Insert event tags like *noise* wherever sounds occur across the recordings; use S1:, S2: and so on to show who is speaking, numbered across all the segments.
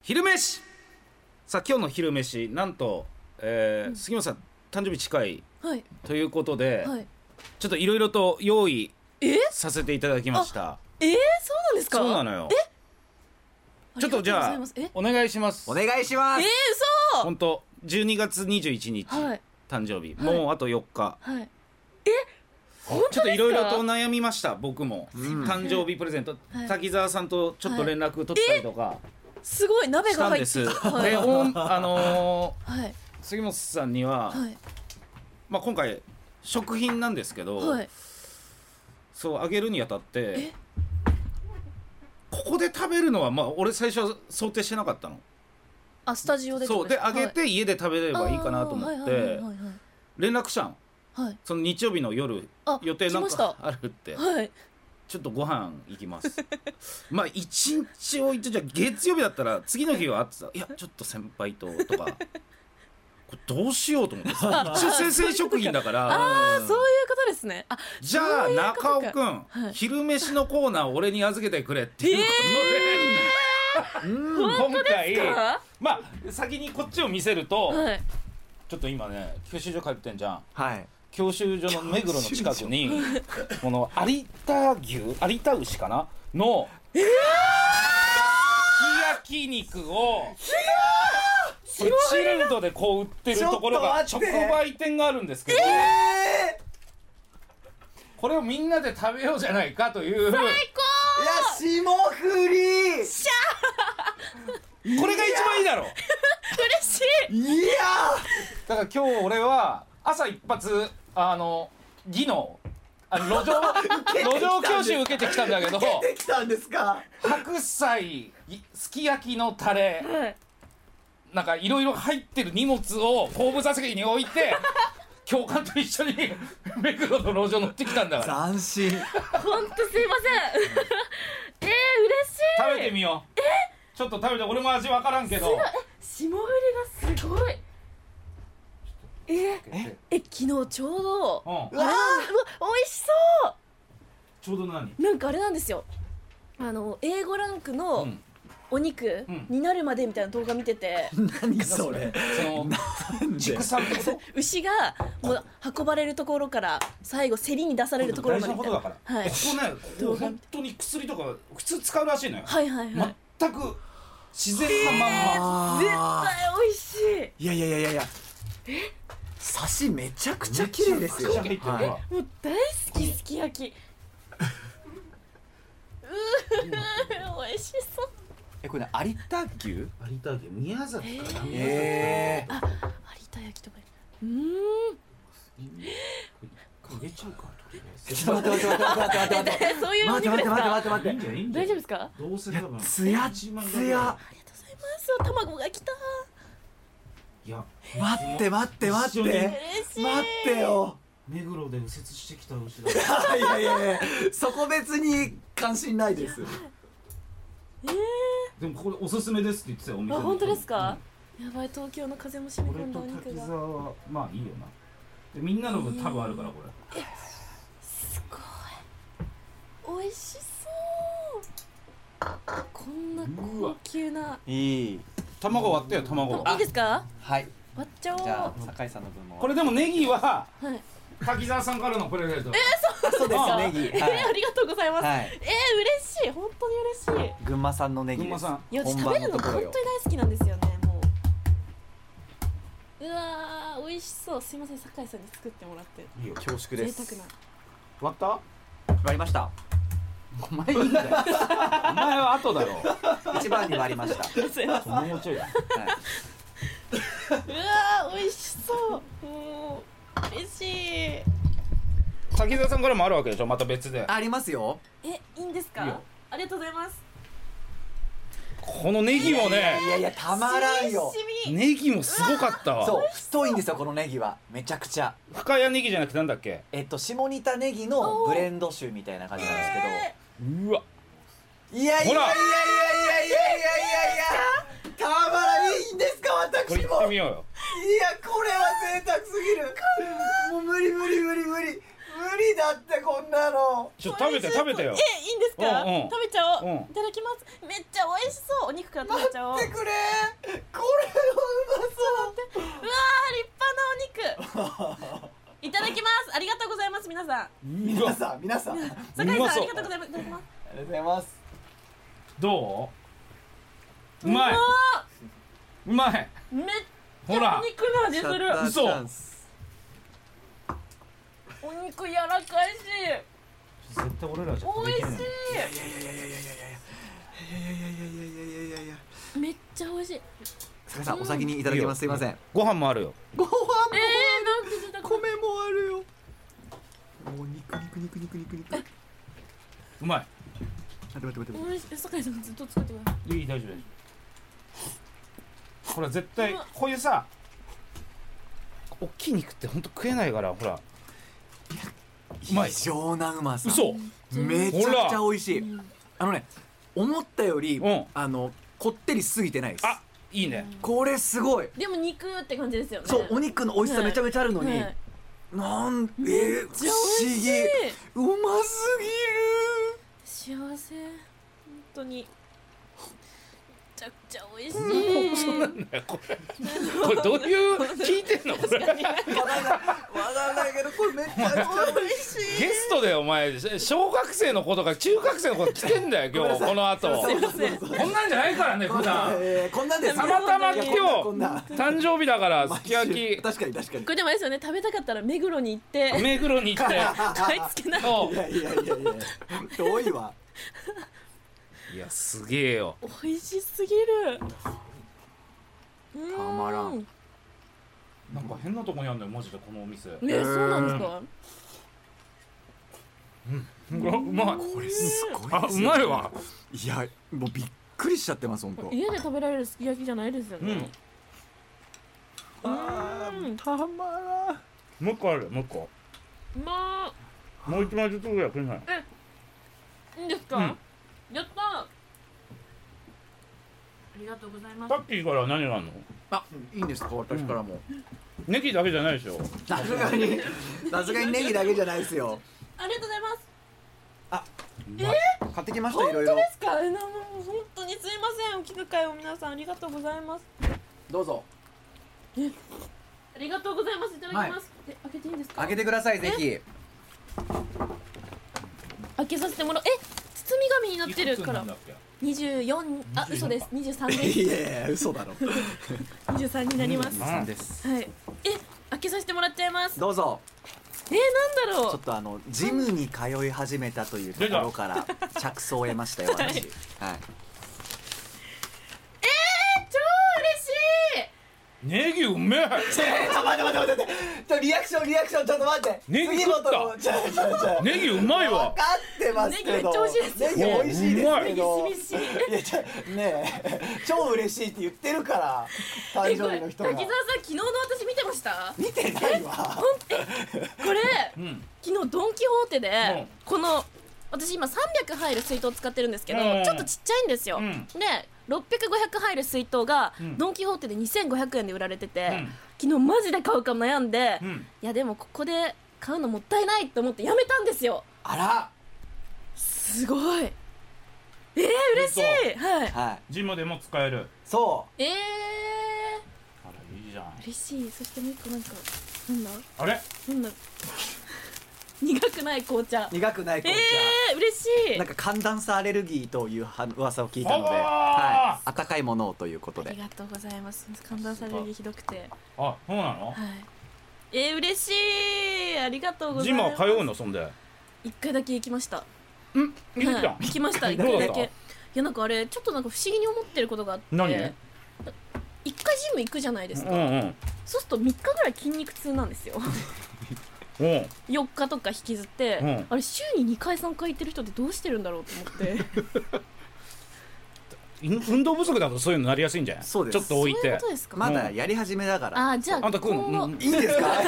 S1: 昼飯さあ今日の昼飯なんと、えー杉本さん誕生日近い
S2: はい
S1: ということで、
S2: はい
S1: ちょっといろいろと用意
S2: え
S1: させていただきました
S2: えー、そうなんですか
S1: そうなのよちょっとじゃあ
S2: りがとうございますえ
S1: お願いします
S3: お願いしま
S2: えー
S3: す、
S2: 嘘
S1: 本当12月21日、
S2: はい
S1: 誕生日、
S2: はい
S1: もうあと4日
S2: はい
S1: ちょっといろいろと悩みました僕も、誕生日プレゼント、
S2: はい
S1: 滝沢さんとちょっと連絡取ったりとか
S2: すごい鍋
S1: したん
S2: が入っ
S1: で
S2: て
S1: す、
S2: はい
S1: で、おんあのー
S2: はい
S1: 杉本さんには、
S2: はい
S1: まあ、今回食品なんですけど、
S2: はい
S1: そうあげるにあたっ
S2: え
S1: てここで食べるのはまあ俺最初は想定してなかったの
S2: あスタジオでってこ
S1: そう
S2: と
S1: です
S2: か
S1: あげて家で食べればいいかなと思っ
S2: あーはいはい
S1: て
S2: はいはい
S1: 連絡したん
S2: はいはい
S1: その日曜日の夜
S2: あ
S1: 予定な
S2: 来
S1: ん
S2: まし
S1: か
S2: た
S1: あるって
S2: はい
S1: ちょっとご飯行きますまあ一日置いてじゃあ月曜日だったら次の日は会ってたいやちょっと先輩ととかこれどうしようと思って一
S2: *laughs*
S1: 応先生食品だから
S2: あーそういうことですねあ
S1: じゃあ
S2: そういうこと
S1: 中尾
S2: か
S1: くん、
S2: はい
S1: 昼飯のコーナー俺に預けてくれっていうことで、今回
S2: か
S1: まあ先にこっちを見せると、
S2: はい
S1: ちょっと今ね教習所帰ってんじゃん
S3: はい
S1: 教習所の目黒の近くにこの有田牛有田牛かなのすき焼き肉をこれチルドでこう売ってるところが
S3: ちょっ
S1: 直
S3: と待って
S1: 売店があるんですけど、これをみんなで食べようじゃないかという
S3: いや霜降り
S1: これが一番いいだろう
S2: 嬉しい
S3: いや
S1: だから今日俺は朝一発あの技能あの路上 *laughs* 路上教習受けてきたんだけど
S3: ー出てきたんですか
S1: 白菜いすき焼きのタレ
S2: はい
S1: なんかいろいろ入ってる荷物を後部座席に置い *laughs* て教官と一緒に目黒の路上乗ってきたんだから
S3: 斬新
S2: 本 *laughs* 当すいませんえー、嬉しい
S1: 食べてみようちょっと食べて俺も味わからんけど
S2: 霜降りがすごいえ
S1: え
S2: え昨日ちょうど
S1: うん
S3: わ
S2: あーうわ美味しそ
S1: ちょうど何
S2: うなんかあれなんですよあの A5 ランク
S1: う
S2: の
S1: ん
S2: お肉
S1: うん
S2: になるまでみたいな動画見てて、
S3: 何それ
S1: その畜産ってこと
S2: 牛がもう運ばれるところから最後競りに出されるところ
S1: 大
S2: ま
S1: 事
S2: で
S1: な
S2: み
S1: こ
S2: たい
S1: とだから、
S2: なはい
S1: ここねここ本当に薬とか普通使うらしいのよ、
S2: はいはいはい
S1: 全く自然なまんま、
S2: 絶対美味しい
S3: いやいやいやいやいや刺しめちゃくちゃ綺麗ですよ
S1: めちゃくちゃ入ってるわ
S3: は
S2: もう大好きすき焼きうー美味しそう
S3: えこれね有田牛
S1: 有田牛宮崎かな、
S3: ええ
S2: 有田焼きとかうーん
S1: 入れちゃうかとりあえ
S3: ちょっと待って待って待って待って待って
S2: えそういうお
S3: 待
S2: 肉
S3: っ
S2: で
S3: て
S2: す
S3: 待って待っ
S2: か
S3: て待って待って
S1: ずいいんじゃ
S2: 大
S1: いい
S2: 丈夫
S1: ん
S2: ですか
S1: どうせ多分
S3: つや
S1: 1万
S3: つ
S2: あり
S3: や
S2: がとうございます卵が来た
S1: いや
S3: 待って待って待って
S2: 嬉しい
S3: 待ってよ *laughs*
S1: 目黒で右折してきた牛だ
S3: いやいやいやそこ別に関心ないです
S2: え
S1: でもこれおすすめですって言ってたよお
S2: ー、
S1: 店
S2: あ
S1: の
S2: 本当ですか、やばい東京の風も染
S1: う
S2: み
S1: ん
S2: 込んだお
S1: 俺と
S2: 肉
S1: 滝
S2: が
S1: 沢はまあいいよなでみんなの分多分あるからこれ、
S2: すごい美味しそうこんな高級ない
S3: い
S1: 卵割ってよ卵
S2: あいいですか
S3: はい
S2: 割っちゃおう
S3: じゃあ酒井さんの分も
S1: これでもネギは
S2: はい、え
S1: 滝沢さんからのプレゼント
S3: そうです
S1: あ
S3: ネギ
S2: ー *laughs* ありがとうございます、
S3: は
S2: えー、
S3: い
S2: 嬉しい本当に嬉しい
S3: 群馬産のネギ
S1: 群
S3: で
S1: 馬
S3: す
S1: さん
S2: いや私食
S3: 本
S2: べ
S3: 番
S2: る
S3: の
S2: の
S3: と
S2: 本当
S3: ころ
S2: に
S3: よ
S2: 大好きなんですよねもううわー美味しそうすいません酒井さんに作ってもらって
S1: いいよ
S3: 恐
S2: 贅
S3: 縮です
S2: 沢な
S1: 割った
S3: 割りました
S1: お前いいんだよお前は後だろ
S3: 一番に割りましたは
S2: すいませんうわ
S1: もうちょいだ
S2: ー美味しそうもう嬉しいえ
S1: 滝沢さんからもあるわけでしょまた別で
S3: いありますよ
S2: いいんですか
S1: いいよ
S2: ありがとうございます
S1: このネギもね
S3: いやいやたまらんよ
S2: しみしみ
S1: ネギもすごかったわ
S3: そう太いんですよこのネギはめちゃくちゃ
S1: 深谷ネギじゃなくてなんだっけ
S3: えっと下仁田ネギのブレンド種みたいな感じなんです
S2: え
S1: うわ
S3: けどいやいやいやいやいやいやいやいやい
S1: ほら
S3: やたまらんいいんですか
S1: こ
S3: 私
S1: れいっ
S3: も
S1: てみようよ
S3: いやこれは贅沢すぎるもう無理無理無理無理無理だってこんなの
S1: ちょっと食べて食べてよ
S2: えいいんですか、
S1: うんうん
S2: 食べちゃおう、
S1: うん
S2: いただきますめっちゃ美味しそうお肉から食
S3: 待っ
S2: べちゃおう
S3: てくれこれはうまそう
S2: うわー立派なお肉いただきますありがとうございます皆さん
S1: う
S3: 皆
S1: わ
S3: さん皆さんありが
S2: 酒井
S1: うまそ
S2: さん
S1: う
S2: ありがとうございますいただきます
S3: とうございます
S1: どううまい
S2: わ
S1: うまい
S2: ーめっち
S1: ほ
S2: ゃ
S1: ら
S2: お肉の味する
S1: ー嘘
S3: シャッターチャンス
S2: お肉柔らかいし
S1: 絶対俺らじゃ
S2: 美味し
S3: いやいやいやいやいやいやいやいや
S2: いめっちゃ美味しい
S3: 坂井さんお先にいただきますすいません
S1: ご飯もあるよ
S3: ご飯も
S2: えー、なんてちょっと
S3: 米もあるよもう肉肉肉肉肉肉待って
S1: うま
S3: 待って待って待っ
S2: 美味しい酒井さんずっと作ってくださ
S1: いいい大丈夫大丈夫ほら絶対こういうさ大きい肉ってほんと食えないからほら
S3: て
S1: うまい
S3: 異常なうまさ
S1: 嘘
S2: い
S3: めちゃくちゃ美味し
S2: う
S3: い
S2: ん
S3: あのね思ったより
S1: うん
S3: あのこってりしすぎてないです
S1: あいいね
S3: これすごい
S2: でも肉って感じですよね
S3: そうお肉の美味しさめちゃめちゃあるのに
S2: はい
S3: なんえー
S2: めっちゃ美
S3: 不思
S2: 味し
S3: 議
S2: いう
S3: ますぎる
S2: 幸せ本当にめちゃくちゃ美味しい
S1: これこれどういう聞いてんのこれ
S3: わかんないわかんないけどこれめっちゃ美味しい
S1: ゲストだよお前小学生の子とか中学生の子来てんだよ今日この後
S2: すいません
S1: こんなんじゃないからね普段
S3: えーこんなんです
S1: たまたま今日
S3: いやこんなこんな
S1: 誕生日だからすき焼
S3: 毎週
S1: き
S3: 確かに確かに
S2: これでもあれですよね食べたかったら目黒に行って
S1: 目黒に行って
S2: 買い付けな
S1: *laughs*
S2: い
S1: そ
S3: いやいやいや *laughs* いや遠い
S1: う
S3: わ
S1: いやすげえよ
S2: 美味しすぎるうーん
S3: たまらん
S1: なんか変なとこにあるんだよマジでこのお店
S2: ね
S3: へー
S2: そうなんですか
S1: うわうまい
S3: これすごいですよ
S1: あうまいわ
S3: いやもうびっくりしちゃってます本当
S2: 家で食べられるすき焼きじゃないですよね
S3: あーたまらん
S1: もう一個あるもう一個
S2: まあ
S1: もう一枚ずつぐらいくれない
S2: いいんですかやったありがとうございます
S1: さっきから何があるの
S3: あいいんですか私からも
S1: ネギだけじゃないでしょ
S3: さすがにさすがにネギだけじゃないですよ
S2: ありがとうございます
S3: 買ってきまし
S2: 本
S3: たい
S2: 当
S3: ろい
S2: で
S3: ろ
S2: すかえなもう本当にすいませんお聞く会を皆さんありがとうございます
S3: どうぞ
S2: ありがとうございますいただきます、え開けていいんですか
S3: 開けてくださいぜひ
S2: 開けさせてもらうえ包み紙になってるから24あ嘘です23です
S3: いやいや嘘だろ
S2: 23になります、
S1: うん
S3: です
S2: はいえ開けさせてもらっちゃいます
S3: *laughs* どうぞ
S2: えー、なんだ
S3: ちょ
S2: ろ
S3: っとあのジムに通い始めたというところから着想を得ましたよ私はい
S2: え超嬉しい
S1: ネギうめえ
S3: ちょっと待って待って待ってちょっとリアクションリアクションちょっと待って
S1: ネギ
S3: 杉
S1: 食った
S3: 本のちょちょちょ
S1: ネギうまいわ
S3: 分かってますけど
S2: *laughs* ネギめっちゃ美味しいですよ
S3: ネギ美味しいですけど
S2: ネギしみしみ
S3: いやちょねえ超嬉しいって言ってるから誕
S2: えこ
S3: 生
S2: れ
S3: 日の
S2: 滝
S3: 人
S2: 沢さ
S3: が
S2: ん昨日の私見てました
S3: 見てないわ
S2: これ
S1: うん
S2: 昨日ドン・キホーテで、
S1: うん
S2: この私今300入る水筒使ってるんですけど、
S1: うん
S2: ちょっとちっちゃいんですよ、
S1: うん
S2: で600500入る水筒が、
S1: うん
S2: ドン・キホーテで2500円で売られてて、
S1: うん
S2: 昨日マジで買うか悩んで、
S1: う
S2: い
S1: ん
S2: やでもここで買うのもったいないと思ってやめたんですよ
S3: あら
S2: すごいえー、嬉しいはい
S3: はい
S1: ジムでも使える
S3: そ
S2: えー
S1: あらいいじゃん
S2: 嬉しいそしてもう一個なんかなんだ
S1: あれ
S2: なんだ苦くない紅茶
S3: う苦くない
S2: え
S3: 紅
S2: ー、嬉しい
S3: 茶なんか寒暖差アレルギーというは噂を聞いたので
S1: あー
S3: はい温かいものをということ
S2: あり
S3: で
S2: がとうございます寒暖差アレルギーひどくて
S1: あそうなの
S2: はいえー、嬉しいありがとうござ
S1: ジ
S2: い
S1: ム
S2: ま
S1: は
S2: す
S1: 通うのそんで
S2: 一回だけ行きました
S1: うんいいじゃん
S2: はい、行き
S1: *laughs*
S2: ました
S3: 一
S2: 一
S3: 回
S1: け
S3: だ
S2: 回だけ
S1: どうだった
S2: いやなんかあれちょっとなんか不思議に思ってることがあって
S1: 何
S2: 一回ジム行くじゃないですか、
S1: うんうん
S2: そうすると3日ぐらい筋肉痛なんですよ *laughs*
S1: うん
S2: 4日とか引きずって、
S1: うん
S2: あれ週に2回3回行ってる人ってどうしてるんだろうと思って
S1: 運運動不足だとそういうのなりやすいんじゃない
S3: そうです
S1: ちょっと *laughs* 置い
S2: そういう
S1: て
S2: ことですか、
S3: まだやり始めだから
S2: あーじゃあ
S1: あんた食うの
S2: 今後
S1: うん
S3: いいんで
S2: *laughs*
S3: すかあ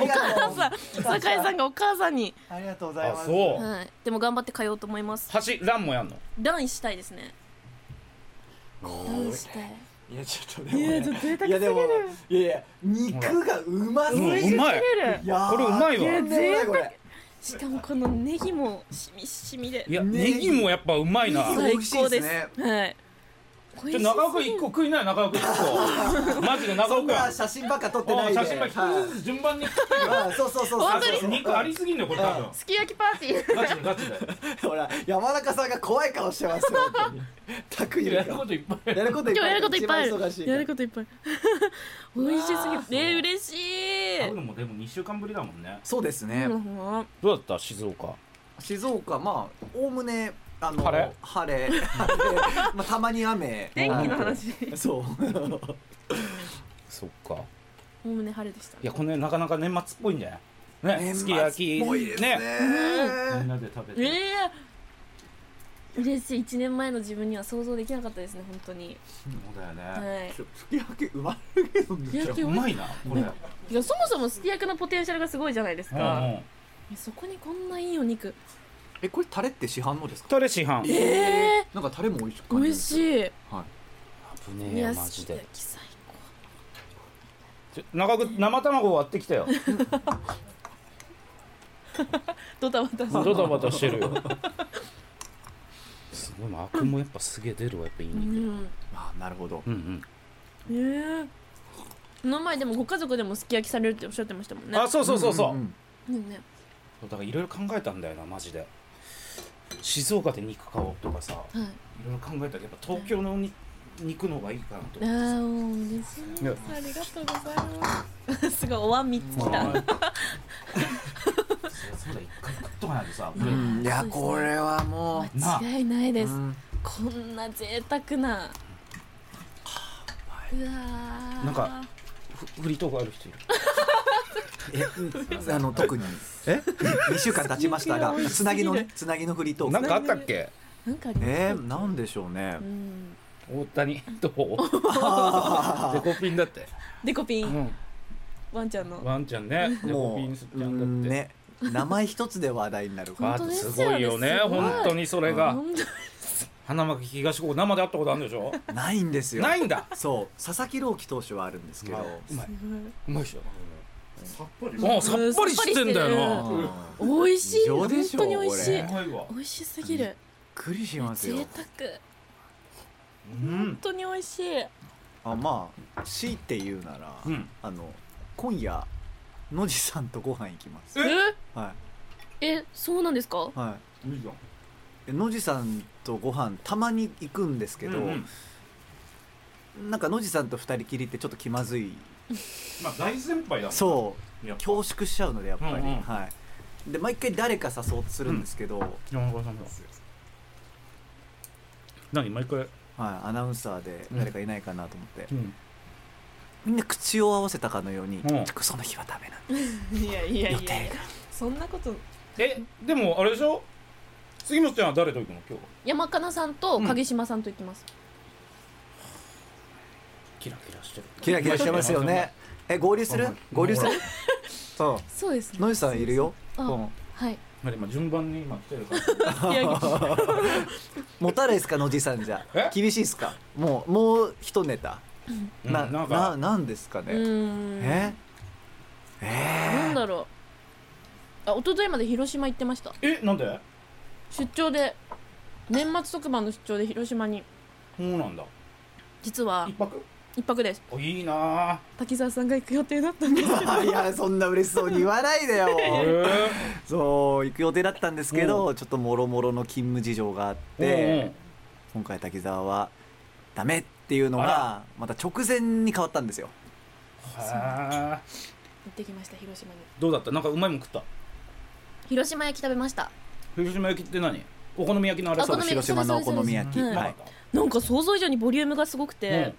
S3: りがとう
S2: 酒井さんがお母さんに、
S3: ありがとうございます
S1: あそう
S2: はい、でも頑張って通おうと思います
S1: 橋ランもやんの
S2: ランしたいですね。ランしたい。
S3: いやちょっと
S2: いや
S3: ね
S2: ちょっと贅沢すぎ
S3: いや
S2: る
S3: でもいやいや肉がうま
S1: うん
S3: すぎ
S1: うまい
S2: すぎる
S3: いやー
S1: これうまいわ
S3: いや贅沢これ
S2: しかもこのネギもしみしみで
S1: いや
S3: ね
S1: ネギもやっぱうまいな
S3: ね
S1: ち
S2: 最高です
S3: 美味しいです
S2: はい美
S1: ょ
S2: 味し
S1: 長岡
S2: すぎ
S1: 一
S2: る
S1: 個食いなよ長岡一個マジで長
S3: そん
S1: 岡
S3: な写真ばっか撮ってな
S1: あ
S3: いで
S1: 写真ば一個ずつ順番に食ってるよ
S3: はいあそうそうそうそう
S2: 本当に
S3: そうそう
S1: 肉ありすぎんのよこれ多分
S2: すき焼きパーティー
S1: ガチでガチで
S3: ほら山中さんが怖い顔してます *laughs* よ本当に拓
S1: い
S3: 也
S1: ややる
S3: が
S1: こといっぱい
S3: やることいっ
S2: 今
S3: ぱ
S2: 日
S3: い
S2: やることいっぱいあ
S3: 一番忙
S2: る
S3: しいから
S2: やることいっぱい美味しすぎるね嬉しい
S1: 会うのもでも2週間ぶりだもんね
S3: そうですね
S2: うんうん
S1: どうだった静岡
S3: 静岡まあおおむねあの
S1: 晴れ
S3: 晴れ *laughs* まあたまに雨
S2: 天気の
S3: はい
S2: 話
S3: そう
S1: そっか
S2: おおむね晴れでした
S1: いやこの辺なかなか年末っぽいんじゃないね
S3: 年
S1: す
S3: 末
S1: き焼き
S3: っぽいです
S1: ねみん
S3: ね
S1: なで食べ
S2: え
S1: て
S2: え嬉しい1年前の自分には想像できなかったですね本当に
S1: そうだよね
S2: はい
S3: すき焼きうまいけどね
S2: すき焼き
S1: う
S2: うまい
S1: まいなこれ
S2: いやそもそもすき焼きのポテンシャルがすごいじゃないです
S1: うん
S2: か、
S1: うん
S2: そこにこんないいお肉
S3: えこれタレって市販のですか
S1: タレ市販
S2: ええ
S3: なんかタレも美味しく
S2: ー、
S3: 感じ
S2: 美
S3: る
S2: 味しい
S3: はい
S1: 危ね
S2: い
S1: え
S2: や
S1: よ
S2: 好
S1: マ
S2: き
S1: ジ
S2: 焼
S1: で
S2: き最高
S1: ちょ長く生卵割ってきたよ
S2: ドタバタ
S1: ドタバタしてるよすごいなアクもやっぱすげえ出るわやっぱいい肉
S2: うん
S3: あなるほど
S1: うんうん
S2: ええー、この前でもご家族でもすき焼きされるっておっしゃってましたもんね
S1: あそうそうそうそ
S3: ん
S1: うん
S2: うんね
S1: だからいろいろ考えたんだよなマジで静岡で肉買おうとかさい
S2: はい
S1: ろいろ考えたけどやっぱ東京のに肉の方がいいかなと
S2: あ
S1: 思って
S2: ーもう嬉しい
S1: いや
S2: ですありがとうございます *laughs* すごいお椀三つきた
S1: そうだ一回食っとかないとさ
S3: う
S1: これ
S3: んいやこれはもう
S2: 間違いないです、
S3: うん
S2: こんな贅沢なうわー
S1: なんかふフリートークある人いる
S3: えあの特に
S1: え
S3: 2週間経ちましたがつなぎのねつなぎのフリートー
S1: な
S3: ク
S1: んかあったっけ
S2: なんかあります
S3: えー、なんでしょうね
S2: うん
S1: 大谷 *laughs* どうデコピンだって
S2: デコピ
S1: う
S2: ン
S1: ん
S2: ワンちゃんの
S1: ワンちゃんねデコ
S3: も
S1: ピン
S3: う
S1: ちゃ
S3: うんん
S1: だって
S3: ね名前一つで話題になるから
S1: *laughs*
S2: 本
S1: あ
S2: 当ですよね
S1: すごいよね
S2: すごい
S1: 本当にそれが
S2: 本当
S1: 花巻東高校生で会ったことあるんでしょ
S3: ないんですよ
S1: ないんだ
S3: そう佐々木朗希投手はあるんですけど
S1: うまいうんうまいっしょ
S2: う
S1: あさっぱりしてんだ
S2: さ
S1: よ
S2: っ
S1: な
S2: ぱ
S1: びっ
S3: う
S2: *laughs*
S3: ん
S2: 美味しい
S3: 異常
S2: 本
S3: でしょ
S2: 当に美味しい
S3: これ
S1: くりわ
S2: 美味しすぎる
S3: びっくりします
S2: 贅
S3: よ
S2: 沢
S1: う
S2: 本
S1: ん
S2: 当に美味しい
S3: あまあ強いて言うなら、
S1: うん
S3: あの今夜野地さんとご飯行きます
S1: え
S3: は
S2: ええそうなんですか
S3: いはい
S1: いいじゃん
S3: い野地さんとご飯たまに行くんですけど、
S1: うんうん
S3: なんか野地さんと二人きりってちょっと気まずい
S1: まあ大先輩だう
S3: そう
S1: 今
S3: 恐縮しちゃうのでやっぱり、
S1: うんうん
S3: はいで毎回誰か誘おうとするんですけど、はい
S1: 山岡さんだ何毎回
S3: アナウンサーで誰かいないかなと思っ
S1: う
S3: て、
S1: ん
S3: みんな口を合わせたかのように、
S1: うん
S3: その日はダメなんだ
S2: いやいやいや
S3: 予
S2: い
S3: 定
S2: やそんなこと
S1: えでもあれでしょ杉本ちゃんは誰と行くの今日
S2: 山かなさんと影島さんと行きます、
S1: キラキラしてる
S3: キラキラしてますよね *laughs* え合流する
S1: うん
S3: 合流する
S1: ほ
S3: そ
S2: そうです
S3: う野地さんいるよ、う
S2: あ
S3: ん、
S2: はい
S1: まあ今順番に今来てるから
S2: いやい *laughs* や
S3: 持たないですか野地さんじゃ
S1: え
S3: 厳しいですかもうもう一ネタ、
S1: うん
S3: な
S1: な
S3: なん
S1: か
S3: ななんですか
S2: う
S3: ね、
S2: ーん
S3: ええ
S2: なんだろうあ一昨日まで広島行ってました
S1: えなんで
S2: 出張で年末特番の出張で広島に
S1: そうなんだ
S2: 実は
S1: 一泊
S2: 一泊です
S1: おいいなあ
S2: 滝沢さんが行く予定だったんです
S3: ー、 *laughs* いやそんな嬉しそうに言わないでよ
S1: へえ
S3: そう行く予定だったんですけどちょっともろもろの勤務事情があって今回滝沢はダメっていうの
S1: あ
S3: がまた直前に変わったんですよ
S1: へえ
S2: 行ってきました広島に
S1: どうだったなんかうまいもん食った
S2: 広島焼き食べました
S1: 広島焼きって何お好み焼きのあれ
S2: お好
S3: そう
S2: み焼き
S3: 広島のお好み焼き、
S2: そう
S1: ん
S2: うですそうです
S3: は
S1: ないかっ
S2: なんか想像以上にボリュームがすごく
S1: たうん
S2: て、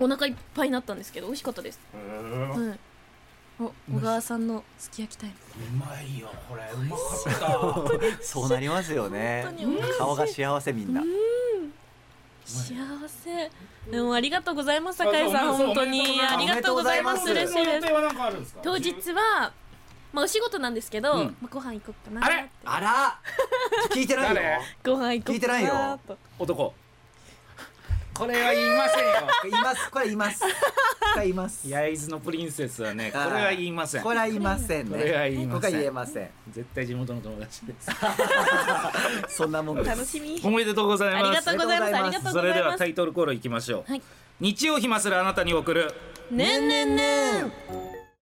S2: お腹いっぱいになったんですけど美味しかったです、
S1: へ
S2: う
S1: え
S2: ん、お小川さんのすき焼きタイム
S1: うまいよこれうまかった
S3: そうなりますよね
S2: 本当に美味しい
S3: 顔が幸せみんな
S2: 幸せでもありがとうございます酒井さん
S1: あそう
S2: 本当に
S1: おめでとうございます
S2: ありがとうございます嬉し
S3: おめでと
S1: その
S2: いです
S3: う
S1: 予定はなんかあるんですか
S2: 当日はまあお仕事なんですけど、
S1: うん
S2: まあ、ご飯行こうかな
S1: あれ
S3: あ *laughs* ら聞いてないよ
S1: 誰
S2: ご飯行こうか
S3: 聞いてないよ
S2: と
S1: 男これは言いませんよ
S3: いますこれいますこれはいます
S1: 焼津のプリンセスはねこれは言いません
S3: これはいませんね
S1: これは言いません
S3: これは言えません
S1: 絶対地元の友達です
S3: そんなもんです
S2: 楽しみ
S1: おめでとうござい
S2: あり
S1: ま
S2: が
S1: す
S2: とうございますありがとう
S1: そ
S2: ご
S1: れ
S2: ざ
S1: で
S2: い
S1: は
S2: ます
S1: タイトルコールいきましょう、
S2: はい
S1: 日曜日まするあなたに送る
S2: ねんねんねん